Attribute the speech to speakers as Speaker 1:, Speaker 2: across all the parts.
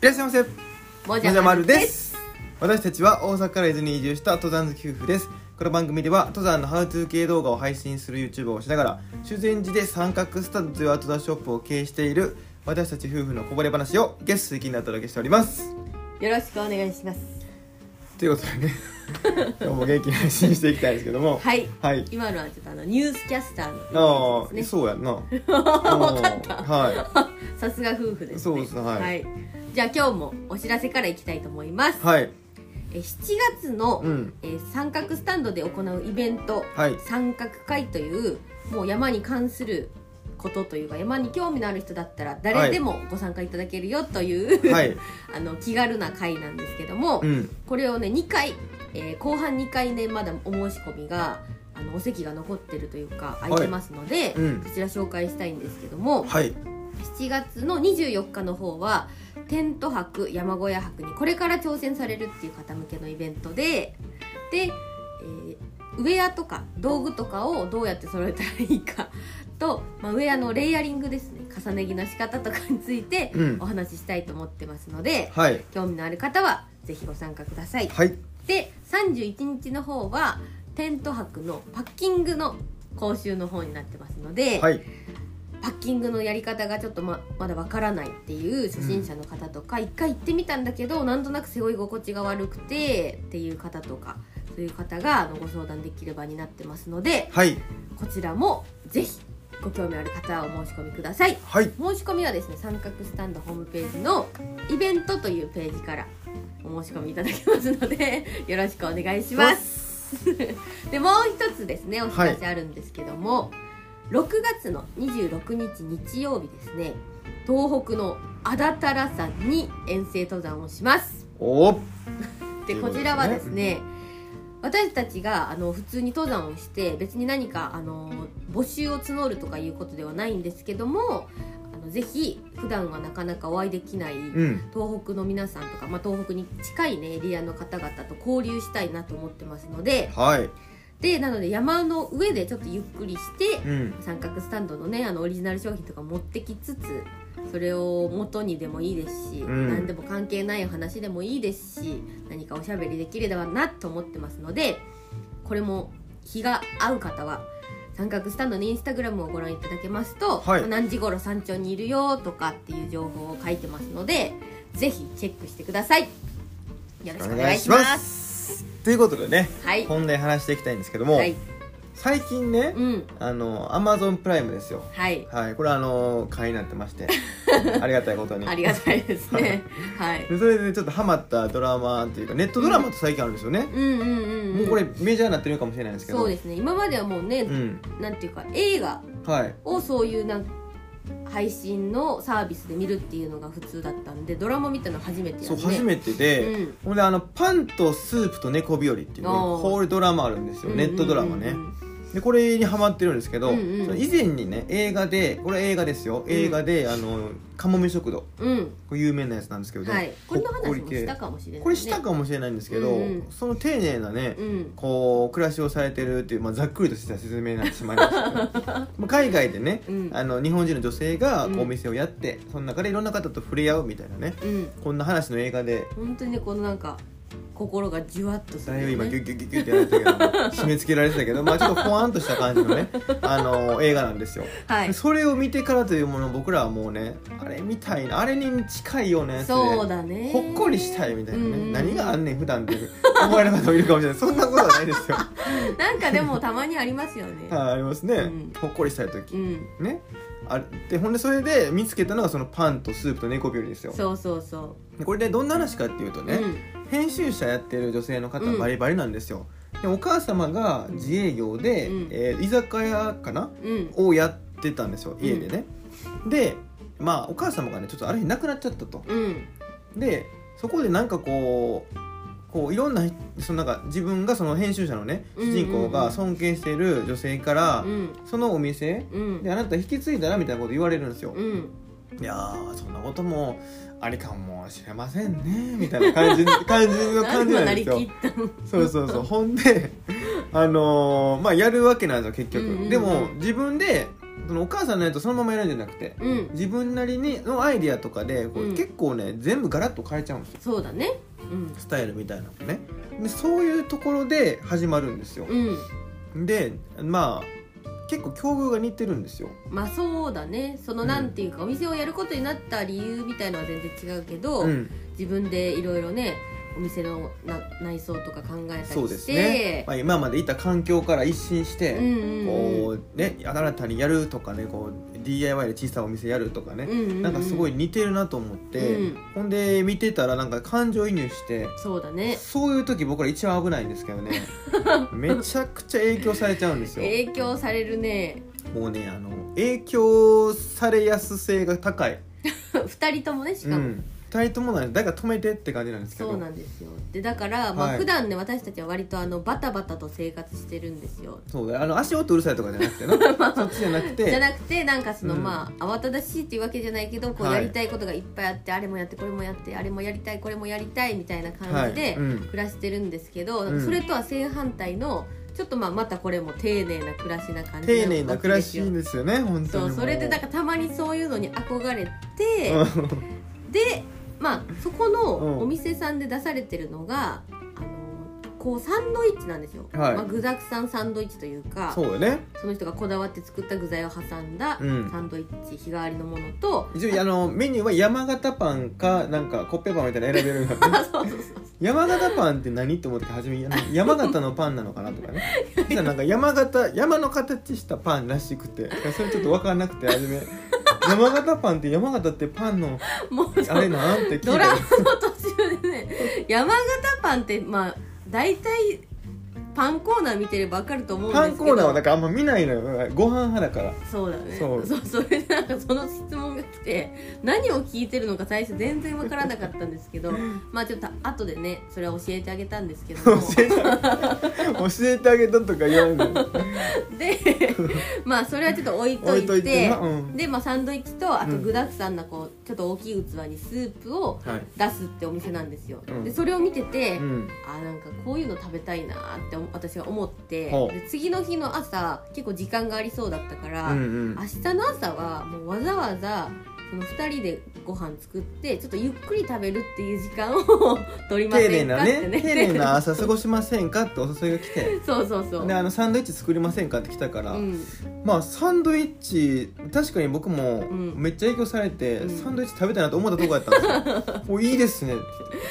Speaker 1: いらっしゃいませ
Speaker 2: も
Speaker 1: もじゃまるです私たちは大阪から伊豆に移住した登山好き夫婦ですこの番組では登山のハウツー系動画を配信する YouTuber をしながら修善寺で三角スタッドというアウトドアショップを経営している私たち夫婦のこぼれ話をゲスト的にお届けしております
Speaker 2: よろしくお願いします
Speaker 1: ということで ね今日も元気に配信していきたいんですけども
Speaker 2: はい
Speaker 1: はい
Speaker 2: 今のはちょっとあのニュースキャスター
Speaker 1: あ
Speaker 2: の
Speaker 1: あ、
Speaker 2: ですね
Speaker 1: そうやん な分
Speaker 2: かった
Speaker 1: は
Speaker 2: さすが夫婦ですね
Speaker 1: そうですねはい
Speaker 2: じゃあ今日もお知らせからいきたいと思います
Speaker 1: いはい
Speaker 2: え7月の、
Speaker 1: うん
Speaker 2: えー三角スタンドで行うイベント、
Speaker 1: はい
Speaker 2: 三角会というもう山に関することというか山に興味のある人だったら誰でもご参加いただけるよという、
Speaker 1: はい
Speaker 2: あの気軽な会なんですけども、
Speaker 1: うん
Speaker 2: これをね2回、えー後半2回ねまだお申し込みがあのお席が残ってるというか
Speaker 1: い
Speaker 2: 空いてますので、
Speaker 1: うん
Speaker 2: そちら紹介したいんですけども
Speaker 1: はい
Speaker 2: 7月の24日の方はテント泊山小屋泊にこれから挑戦されるっていう方向けのイベントでで、えーウェアとか道具とかをどうやって揃えたらいいかと、まあ、ウェアのレイヤリングですね重ね着の仕方とかについて
Speaker 1: うん
Speaker 2: お話ししたいと思ってますので、
Speaker 1: はい
Speaker 2: 興味のある方はぜひご参加ください。
Speaker 1: はい
Speaker 2: で31日の方はテント泊のパッキングの講習の方になってますので、
Speaker 1: はい
Speaker 2: パッキングのやり方がちょっとままだわからないっていう初心者の方とか、一回行ってみたんだけどなんとなく背負い心地が悪くてっていう方とかそういう方があのご相談できる場になってますので
Speaker 1: はい
Speaker 2: こちらもぜひご興味ある方はお申し込みください。
Speaker 1: はい
Speaker 2: 申し込みはですね三角スタンドホームページのイベントというページからお申し込みいただけますのでよろしくお願いしますでもう一つですねお知らせあるんですけども、6月の26日日曜日ですね東北の安達太良山に遠征登山をします
Speaker 1: おー
Speaker 2: でこちらはですね私たちがあの普通に登山をして別に何かあの募集を募るとかいうことではないんですけどもあのぜひ普段はなかなかお会いできない
Speaker 1: うん
Speaker 2: 東北の皆さんとか、まあ、東北に近い、ね、エリアの方々と交流したいなと思ってますので
Speaker 1: はい
Speaker 2: でなので山の上でちょっとゆっくりして
Speaker 1: うん
Speaker 2: 三角スタンドのねあのオリジナル商品とか持ってきつつそれを元にでもいいですし、
Speaker 1: うん
Speaker 2: 何でも関係ないお話でもいいですし何かおしゃべりできればなと思ってますのでこれも日が合う方は三角スタンドのインスタグラムをご覧いただけますと、
Speaker 1: はい
Speaker 2: 何時頃山頂にいるよとかっていう情報を書いてますのでぜひチェックしてくださいよろしくお願いします
Speaker 1: すということでね
Speaker 2: はい
Speaker 1: 本題話していきたいんですけども、
Speaker 2: はい
Speaker 1: 最近ね
Speaker 2: うん
Speaker 1: あのアマゾンプライムですよ
Speaker 2: はい
Speaker 1: はいこれあの会員になってまして ありがたいことに
Speaker 2: ありがたいです ねはい
Speaker 1: でそれでちょっとハマったドラマっていうかネットドラマって最近あるんですよね、
Speaker 2: うんうんうん、うん、
Speaker 1: もうこれメジャーになってるかもしれないですけど
Speaker 2: そうですね今まではもうね、
Speaker 1: うん
Speaker 2: なんていうか映画
Speaker 1: はい
Speaker 2: をそういうなん配信のサービスで見るっていうのが普通だったんでドラマ見たの初めてや
Speaker 1: そう
Speaker 2: ね
Speaker 1: 初めてで、
Speaker 2: うん
Speaker 1: ほんであのパンとスープと猫日和っていうね
Speaker 2: おー
Speaker 1: こういうドラマあるんですよネットドラマね、
Speaker 2: うんうん
Speaker 1: でこれにハマってるんですけど、
Speaker 2: うんうん
Speaker 1: その以前にね映画でこれ映画ですよ映画で、あのカモメ食堂
Speaker 2: うんうん、
Speaker 1: これ有名なやつなんですけ
Speaker 2: うん
Speaker 1: ど、
Speaker 2: はいこれの話
Speaker 1: ほ
Speaker 2: も
Speaker 1: っり系
Speaker 2: したかもしれない、ね、
Speaker 1: これしたかもしれないんですけど、
Speaker 2: うんうん
Speaker 1: その丁寧なね、
Speaker 2: うん
Speaker 1: こう暮らしをされてるっていう、まあ、ざっくりとした説明になってしまいま したけどまあ海外でね、
Speaker 2: うん
Speaker 1: あの日本人の女性がこ
Speaker 2: う
Speaker 1: うんお店をやって、その中でいろんな方と触れ合うみたいなね
Speaker 2: うん
Speaker 1: こんな話の映画で
Speaker 2: 本当にねこのなんか心がじゅわっとす
Speaker 1: だい
Speaker 2: る
Speaker 1: ぶ今
Speaker 2: よ
Speaker 1: ギュ
Speaker 2: ね
Speaker 1: ッギュッギュッギュッってやられてたけど締め付けられてたけど、まあ、ちょっとほわんとした感じの ねあの映画なんですよ。
Speaker 2: はい
Speaker 1: それを見てからというもの僕らはもうねあれみたいなあれに近いようなやつで
Speaker 2: そうだね
Speaker 1: ほっこりしたいみたいなね、
Speaker 2: うんうん
Speaker 1: 何があんねん普段って思われる方もいるかもしれないそんなことはないですよ はい
Speaker 2: なんかでもたまにありますよね、
Speaker 1: ありますね、
Speaker 2: うん
Speaker 1: ほっこりしたいう時、
Speaker 2: ん
Speaker 1: ねあでほんでそれで見つけたのがそのパンとスープと猫料理ですよ
Speaker 2: そうそうそ
Speaker 1: でこれでどんな話かっていうと
Speaker 2: う、
Speaker 1: ね、編集者やってる女性の方
Speaker 2: うん
Speaker 1: バリバリなんですよ、でお母様が自営業で、
Speaker 2: うん
Speaker 1: えー居酒屋かな
Speaker 2: うんうん
Speaker 1: をやってたんですよ
Speaker 2: うん
Speaker 1: 家でね、でまあお母様がねちょっとある日亡くなっちゃったと
Speaker 2: うん
Speaker 1: でそこでなんかこうこういろんなそのなんか自分がその編集者のね
Speaker 2: うん
Speaker 1: 主人公が尊敬している女性から、
Speaker 2: うん
Speaker 1: そのお店
Speaker 2: うん
Speaker 1: であなた引き継いだらみたいなこと言われるんですよ、
Speaker 2: うん
Speaker 1: いやーそんなこともありかもしれませんねみたいな感じ 感じの感じなんですよ
Speaker 2: 何もなりきったの
Speaker 1: そうそうそうほんであのーまあやるわけなんですよ結局、
Speaker 2: うんうんうん
Speaker 1: でも自分でそのお母さんのやつをそのままやるんじゃなくて
Speaker 2: うん
Speaker 1: 自分なりにのアイディアとかでこう、
Speaker 2: うん
Speaker 1: 結構ね全部ガラッと変えちゃうんですよ
Speaker 2: そうだねうん
Speaker 1: スタイルみたいなのもねでそういうところで始まるんですよ、
Speaker 2: うん
Speaker 1: でまあ結構境遇が似てるんですよ
Speaker 2: まあそうだねその
Speaker 1: うん
Speaker 2: なんていうか、お店をやることになった理由みたいのは全然違うけど、
Speaker 1: うん、
Speaker 2: 自分でいろいろねお店のな内装とか考えたりして
Speaker 1: そうですね、まあ、今までいた環境から一新し
Speaker 2: うん
Speaker 1: て、
Speaker 2: うんうん
Speaker 1: こうね新たにやるとかねこう DIY で小さいお店やるとかね、
Speaker 2: うんうんうん
Speaker 1: なんかすごい似てるなと思って、
Speaker 2: うん
Speaker 1: ほんで見てたらなんか感情移入して
Speaker 2: そうだね
Speaker 1: そういう時僕ら一番危ないんですけど ねめちゃくちゃ影響されちゃうんですよ
Speaker 2: 影響されるね
Speaker 1: もうねあの影響されやす性が高い、
Speaker 2: 二人ともねし
Speaker 1: う
Speaker 2: かも、
Speaker 1: ん、2人ともなんで誰か止めてって感じなんですけど
Speaker 2: そうなんですよでだから、ま
Speaker 1: は
Speaker 2: あ
Speaker 1: い
Speaker 2: 普段ね私たちは割とあのバタバタと生活してるんですよ
Speaker 1: そうだよあの足音うるさいとかじゃなくて な、そっちじゃなく
Speaker 2: じゃ
Speaker 1: て
Speaker 2: なくてなんかその、
Speaker 1: うん
Speaker 2: まあ慌ただしいっていうわけじゃないけどこう
Speaker 1: はい
Speaker 2: やりたいことがいっぱいあって、あれもやってこれもやってあれもやりたいこれもやりたいみたいな
Speaker 1: はい
Speaker 2: 感じで
Speaker 1: うん
Speaker 2: 暮らしてるんですけど、なん
Speaker 1: う
Speaker 2: か
Speaker 1: ん
Speaker 2: それとは正反対のちょっとまあまたこれも丁寧な暮らしな感じ
Speaker 1: 丁寧な暮らし
Speaker 2: なんですよ
Speaker 1: ですよね本当
Speaker 2: そ
Speaker 1: に
Speaker 2: うそれでなん
Speaker 1: か
Speaker 2: かたまにそういうのに憧れて、でまあそこのお店さんで出されてるのが、あのこうサンドイッチなんですよ、
Speaker 1: はい
Speaker 2: まあ、具沢山サンドイッチというか
Speaker 1: そうよね
Speaker 2: その人がこだわって作った具材を挟んだ
Speaker 1: うん
Speaker 2: サンドイッチ日替わりのもの と、
Speaker 1: 一応あのメニューは山形パンかなんかコッペパンみたいなの選べるのが、ね、
Speaker 2: そうそうそう
Speaker 1: 山形パンって何って思って初めにあの山形のパンなのかなとかね そしたらなんか山形山の形したパンらしくてそれちょっと分からなくて初め山形パンって山形ってパンの
Speaker 2: もう
Speaker 1: あれなんって聞い
Speaker 2: ドラマ
Speaker 1: て
Speaker 2: の途中でね山形パンってまあ大体パンコーナー見てれば分かると思うんです
Speaker 1: パ
Speaker 2: け
Speaker 1: ン
Speaker 2: ど
Speaker 1: コーナーはなんかあんま見ないのよご飯派だから
Speaker 2: そうだね
Speaker 1: そ
Speaker 2: そううそうそれでなんかその質問が来て 何を聞いてるのか最初全然わからなかったんですけどまあちょっと後でねそれは教えてあげたんですけど
Speaker 1: 教
Speaker 2: も
Speaker 1: えて教えてあげたとか言わないの
Speaker 2: でまあそれはちょっと置いと
Speaker 1: 置
Speaker 2: い
Speaker 1: い
Speaker 2: て
Speaker 1: といてなうん
Speaker 2: で、まあ、サンドイッチとあと
Speaker 1: うん
Speaker 2: 具だくさんなこうちょっと大きい器にスープを
Speaker 1: はい
Speaker 2: 出すってお店なんですよ、
Speaker 1: うん
Speaker 2: でそれを見てて、
Speaker 1: うん
Speaker 2: あなんかこういうの食べたいなって思私は思って
Speaker 1: ほう
Speaker 2: で次の日の朝結構時間がありそうだったから、
Speaker 1: うんうん
Speaker 2: 明日の朝はもうわざわざその2人でご飯作ってちょっとゆっくり食べるっていう時間を 取りま
Speaker 1: 丁寧
Speaker 2: せんか
Speaker 1: な
Speaker 2: って
Speaker 1: ね
Speaker 2: ね
Speaker 1: 丁寧な朝過ごしませんかってお誘いが来て
Speaker 2: そうそうそう
Speaker 1: であのサンドイッチ作りませんかって来たから、
Speaker 2: うん、
Speaker 1: まあサンドイッチ確かに僕も
Speaker 2: ん
Speaker 1: めっちゃ影響されて、
Speaker 2: うん
Speaker 1: サンドイッチ食べたいなと思ったとこやったんです よ「おいいですね」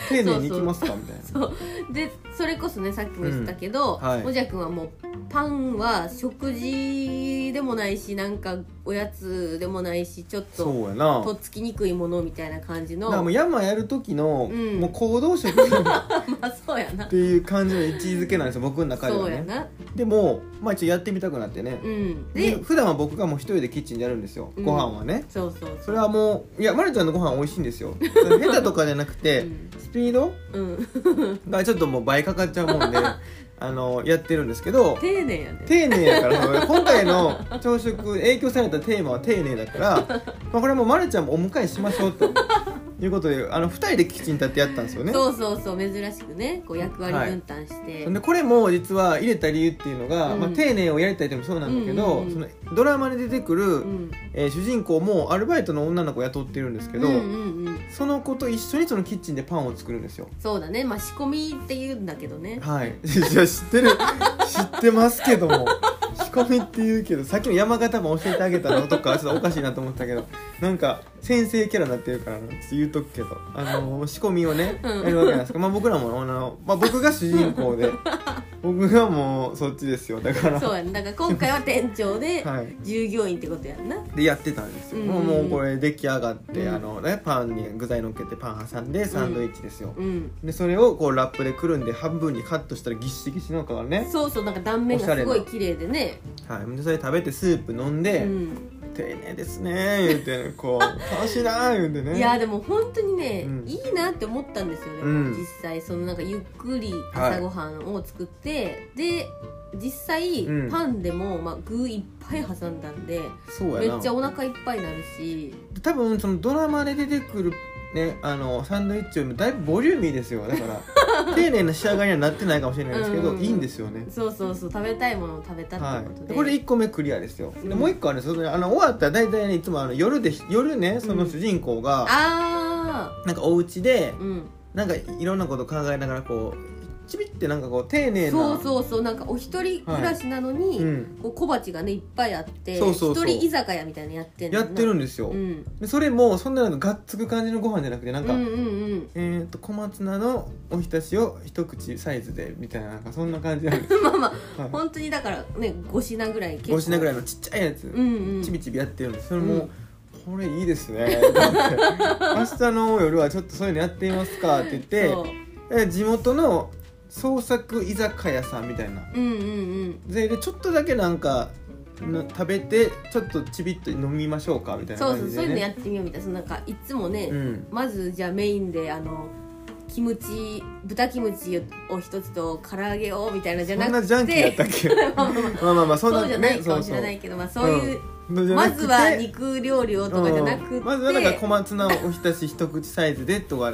Speaker 1: 丁寧に行きますか」みたいな
Speaker 2: そうでそれこそねさっきも言ったけど、
Speaker 1: うんはい
Speaker 2: おじゃくんはもうパンは食事でもないしなんかおやつでもないしちょっ
Speaker 1: そう
Speaker 2: と
Speaker 1: やな
Speaker 2: とっつきにくいものみたいな感じ
Speaker 1: だ
Speaker 2: の
Speaker 1: からもう山やる時の、
Speaker 2: うん
Speaker 1: もう行動食っ
Speaker 2: まあそうやな
Speaker 1: ていう感じの位置づけなんですよ僕の中で
Speaker 2: そ
Speaker 1: は
Speaker 2: うや
Speaker 1: ね
Speaker 2: な
Speaker 1: でもまあ一応やってみたくなってね
Speaker 2: う、ん
Speaker 1: で
Speaker 2: で
Speaker 1: 普段は僕がもう一人でキッチンでやるんですよ、
Speaker 2: うん
Speaker 1: ご飯はね
Speaker 2: そうそう
Speaker 1: それはもういやまるちゃんのご飯美味しいんです よ下手とかじゃなくて、
Speaker 2: うん
Speaker 1: スピード
Speaker 2: うん
Speaker 1: がちょっともう倍かかっちゃうもんであのやってるんですけど
Speaker 2: 丁寧やね
Speaker 1: 丁寧やからその今回の朝食影響されたテーマは丁寧だから、まあ、これはもうまるちゃんもお迎えしましょうということであの2人でキッチン立ってやったんですよね
Speaker 2: そうそうそう珍しくねこう役割分担して、
Speaker 1: でこれも実は入れた理由っていうのが、
Speaker 2: うん
Speaker 1: まあ、丁寧をやりたいっていうのもそうなんだけど、
Speaker 2: うんうんうん
Speaker 1: そのドラマに出てくる、
Speaker 2: うん
Speaker 1: えー主人公もアルバイトの女の子を雇ってるんですけど、
Speaker 2: うんうんうん
Speaker 1: その子と一緒にそのキッチンでパンを作るんですよ
Speaker 2: そうだねまあ仕込みって言うんだけど ね
Speaker 1: はいいや知ってる知ってますけども仕込みって言うけどさっきの山形も教えてあげたのとかちょっとおかしいなと思ったけどなんか先生キャラになってるからなちょっと言うとくけどあの仕込みをね
Speaker 2: うん
Speaker 1: やるわけなんですけど、まあ、僕らもあの、まあ、僕が主人公 で僕がもうそっちですよだから
Speaker 2: そうやねだから今回は店長で
Speaker 1: はい
Speaker 2: 従業員ってことやんな
Speaker 1: でやってたんですよ、
Speaker 2: うん
Speaker 1: もうもうこれ出来上がって、
Speaker 2: うん
Speaker 1: あのね、パンに具材のっけてパン挟んでサンドイッチですよ、
Speaker 2: うん
Speaker 1: でそれをこうラップでくるんで半分にカットしたらぎっしぎしの皮ね、
Speaker 2: そうそうなんか断面がすごい綺麗でね
Speaker 1: はい、でそれ食べてスープ飲んで「
Speaker 2: うん、
Speaker 1: 丁寧ですね」言うて こう「楽しいな」言うてね
Speaker 2: いやでも本当にね、
Speaker 1: うん
Speaker 2: いいなって思ったんですよね、
Speaker 1: うん
Speaker 2: 実際そのなんかゆっくり朝ごはんを作って、で実際、
Speaker 1: うん
Speaker 2: パンでも、まあ、具いっぱい挟んだんで
Speaker 1: そう
Speaker 2: め
Speaker 1: や
Speaker 2: っちゃ
Speaker 1: な
Speaker 2: お腹いっぱいになるし
Speaker 1: 多分そのドラマで出てくるねあのサンドイッチよりもだいぶボリューミーですよだから 丁寧な仕上がりにはなってないかもしれないですけど、
Speaker 2: うん
Speaker 1: いいんですよね
Speaker 2: そうそうそう食べたいものを食べたっ
Speaker 1: は
Speaker 2: てこと
Speaker 1: い、
Speaker 2: で、
Speaker 1: でこれ1個目クリアですよ、
Speaker 2: うん
Speaker 1: でもう1個はねそのあの終わったら大体ねいつもあの夜で夜ねその主人公が、
Speaker 2: あ
Speaker 1: なんかお家で
Speaker 2: あうん
Speaker 1: なんかいろんなこと考えながらこうちびってなんかこう丁寧な
Speaker 2: そうそうそうなんかお一人暮らしなのに、
Speaker 1: うん
Speaker 2: こう小鉢がねいっぱいあって
Speaker 1: そうそうそう
Speaker 2: 一人居酒屋みたいなのやってんの
Speaker 1: やってるんですよ、
Speaker 2: うん
Speaker 1: でそれもそんななんかがっつく感じのご飯じゃなくてなんか、
Speaker 2: うんうん
Speaker 1: えー、と小松菜のおひたしを一口サイズでみたいななんかそんな感じなんです
Speaker 2: うん まあまあ
Speaker 1: はい
Speaker 2: 本当にだからね5品ぐらい結構
Speaker 1: 5品ぐら
Speaker 2: い
Speaker 1: いのちっちゃいやつ、
Speaker 2: うんうん
Speaker 1: ちびちびやってるんですそれ
Speaker 2: う
Speaker 1: も
Speaker 2: ん、
Speaker 1: これいいですね明日の夜はちょっとそういうのやってみますかって言って
Speaker 2: そう
Speaker 1: え地元の創作居酒屋さんみたいな
Speaker 2: うんうんうん
Speaker 1: ででちょっとだけなんかな食べてちょっとちびっと飲みましょうかみたいな
Speaker 2: そうそ
Speaker 1: 感
Speaker 2: う
Speaker 1: じ
Speaker 2: そう
Speaker 1: で
Speaker 2: いうのや
Speaker 1: ね
Speaker 2: ってみようみたいなそのなんかいつもね、
Speaker 1: うん
Speaker 2: まずじゃあメインであのキムチ豚キムチを一つと唐揚げをみたいなじ
Speaker 1: そ
Speaker 2: ゃ
Speaker 1: ん
Speaker 2: なくて
Speaker 1: なジャンキーやったっけまあ まあまあそん
Speaker 2: そ
Speaker 1: な
Speaker 2: うじゃないかもしれないけど、まあ、そういう、
Speaker 1: のじゃ
Speaker 2: ま
Speaker 1: なくて
Speaker 2: ずは肉料理をとかじゃなくて、
Speaker 1: うんまずはなんか小松菜おひたし一口サイズでとか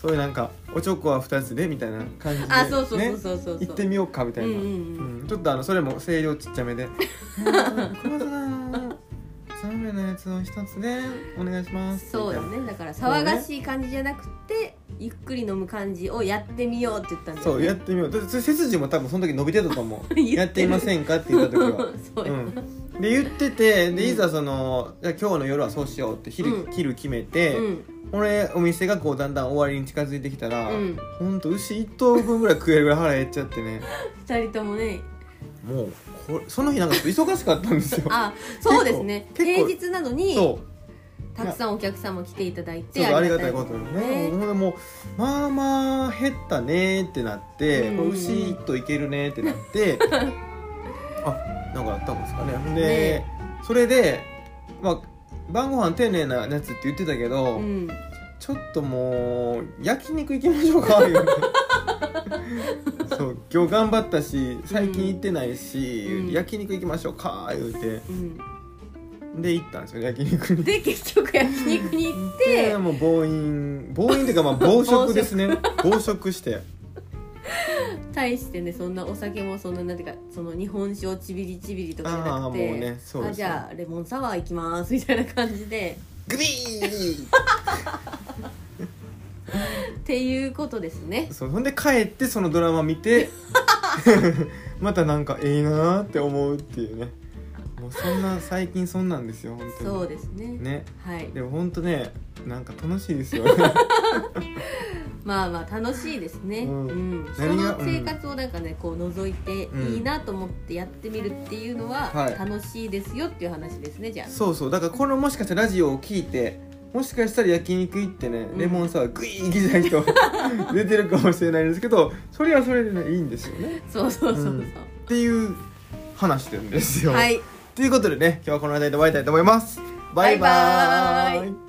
Speaker 1: そういうなんかおちょこは二つでみたいな感じで、ね、
Speaker 2: あそうそうそうそうそう
Speaker 1: 行ってみようかみたいな、
Speaker 2: うんうんうん
Speaker 1: ちょっとあのそれも声量ちっちゃめでうん「小松菜三名のやつを一つでお願いします」
Speaker 2: そ
Speaker 1: み
Speaker 2: うよ
Speaker 1: たいな
Speaker 2: ねだから騒がしい感じじゃなくてゆっくり飲む感じをやってみようって言ったんだよね
Speaker 1: そうやってみようだって背筋も多分その時伸びてたと思う
Speaker 2: 言ってる
Speaker 1: やっていませんかって言った時は
Speaker 2: そうよ、
Speaker 1: うん、 で言っててでいざその、じゃあ今日の夜はそうしようって昼,、
Speaker 2: うん
Speaker 1: 昼決めて、
Speaker 2: うん
Speaker 1: 俺お店がこうだんだん終わりに近づいてきたら、
Speaker 2: うん
Speaker 1: ほんと牛一頭分ぐらい食えるぐらい腹減っちゃってね
Speaker 2: 二人ともね
Speaker 1: もうこれその日なんかちょっと忙しかったんですよ
Speaker 2: あそうですね
Speaker 1: 結構
Speaker 2: 平日なのに
Speaker 1: そう
Speaker 2: たくさんお客さんも来ていただい
Speaker 1: ちょ
Speaker 2: て
Speaker 1: っとありがたいことにね、
Speaker 2: ね
Speaker 1: ほんでもうまあまあ減ったねーってなって、
Speaker 2: うん
Speaker 1: これ牛一頭いけるねーってなって あなんかあったんですかねほんで、
Speaker 2: ね
Speaker 1: それでまあ晩ご飯丁寧なやつって言ってたけど、
Speaker 2: うん
Speaker 1: ちょっともう焼肉行きましょうか言うてそう今日頑張ったし最近行ってないし、
Speaker 2: うん
Speaker 1: 焼肉行きましょうか言うて
Speaker 2: うん
Speaker 1: で行ったんですよ焼肉に
Speaker 2: で結局焼肉に行っ
Speaker 1: で
Speaker 2: て
Speaker 1: もう暴飲暴飲っていうかまあ暴食ですね暴食して
Speaker 2: 対してねそんなお酒もそんななんていうかその日本酒をちびりちびりとかじゃ
Speaker 1: ああー
Speaker 2: な
Speaker 1: もう
Speaker 2: くて
Speaker 1: ねそうです
Speaker 2: あじゃあレモンサワー行きますみたいな感じで
Speaker 1: グビー
Speaker 2: っていうことですね
Speaker 1: そうほんで帰ってそのドラマ見て またなんかええなーって思うっていうねもうそんな最近そんなんですよ本当に
Speaker 2: そうですね
Speaker 1: ね
Speaker 2: はい
Speaker 1: でも本当ねなんか楽しいですよね
Speaker 2: まあまあ楽しいですね、う
Speaker 1: うんん
Speaker 2: そ
Speaker 1: 何が
Speaker 2: の生活をなんかねこう覗いて
Speaker 1: うん
Speaker 2: いいなと思ってやってみるっていうのは
Speaker 1: はい
Speaker 2: 楽しいですよっていう話ですねじゃあ
Speaker 1: そうそうだからこのもしかしたらラジオを聞いてもしかしたら焼肉行ってね
Speaker 2: うん
Speaker 1: レモンサワーグイーン行きたい人 出てるかもしれないですけどそれはそれでねいいんですよね
Speaker 2: そうそうそうそう、
Speaker 1: うんっていう話なんですよ、
Speaker 2: はい
Speaker 1: ということでね今日はこの辺りで終わりたいと思いますバイバ
Speaker 2: バイ
Speaker 1: ー
Speaker 2: バー
Speaker 1: イ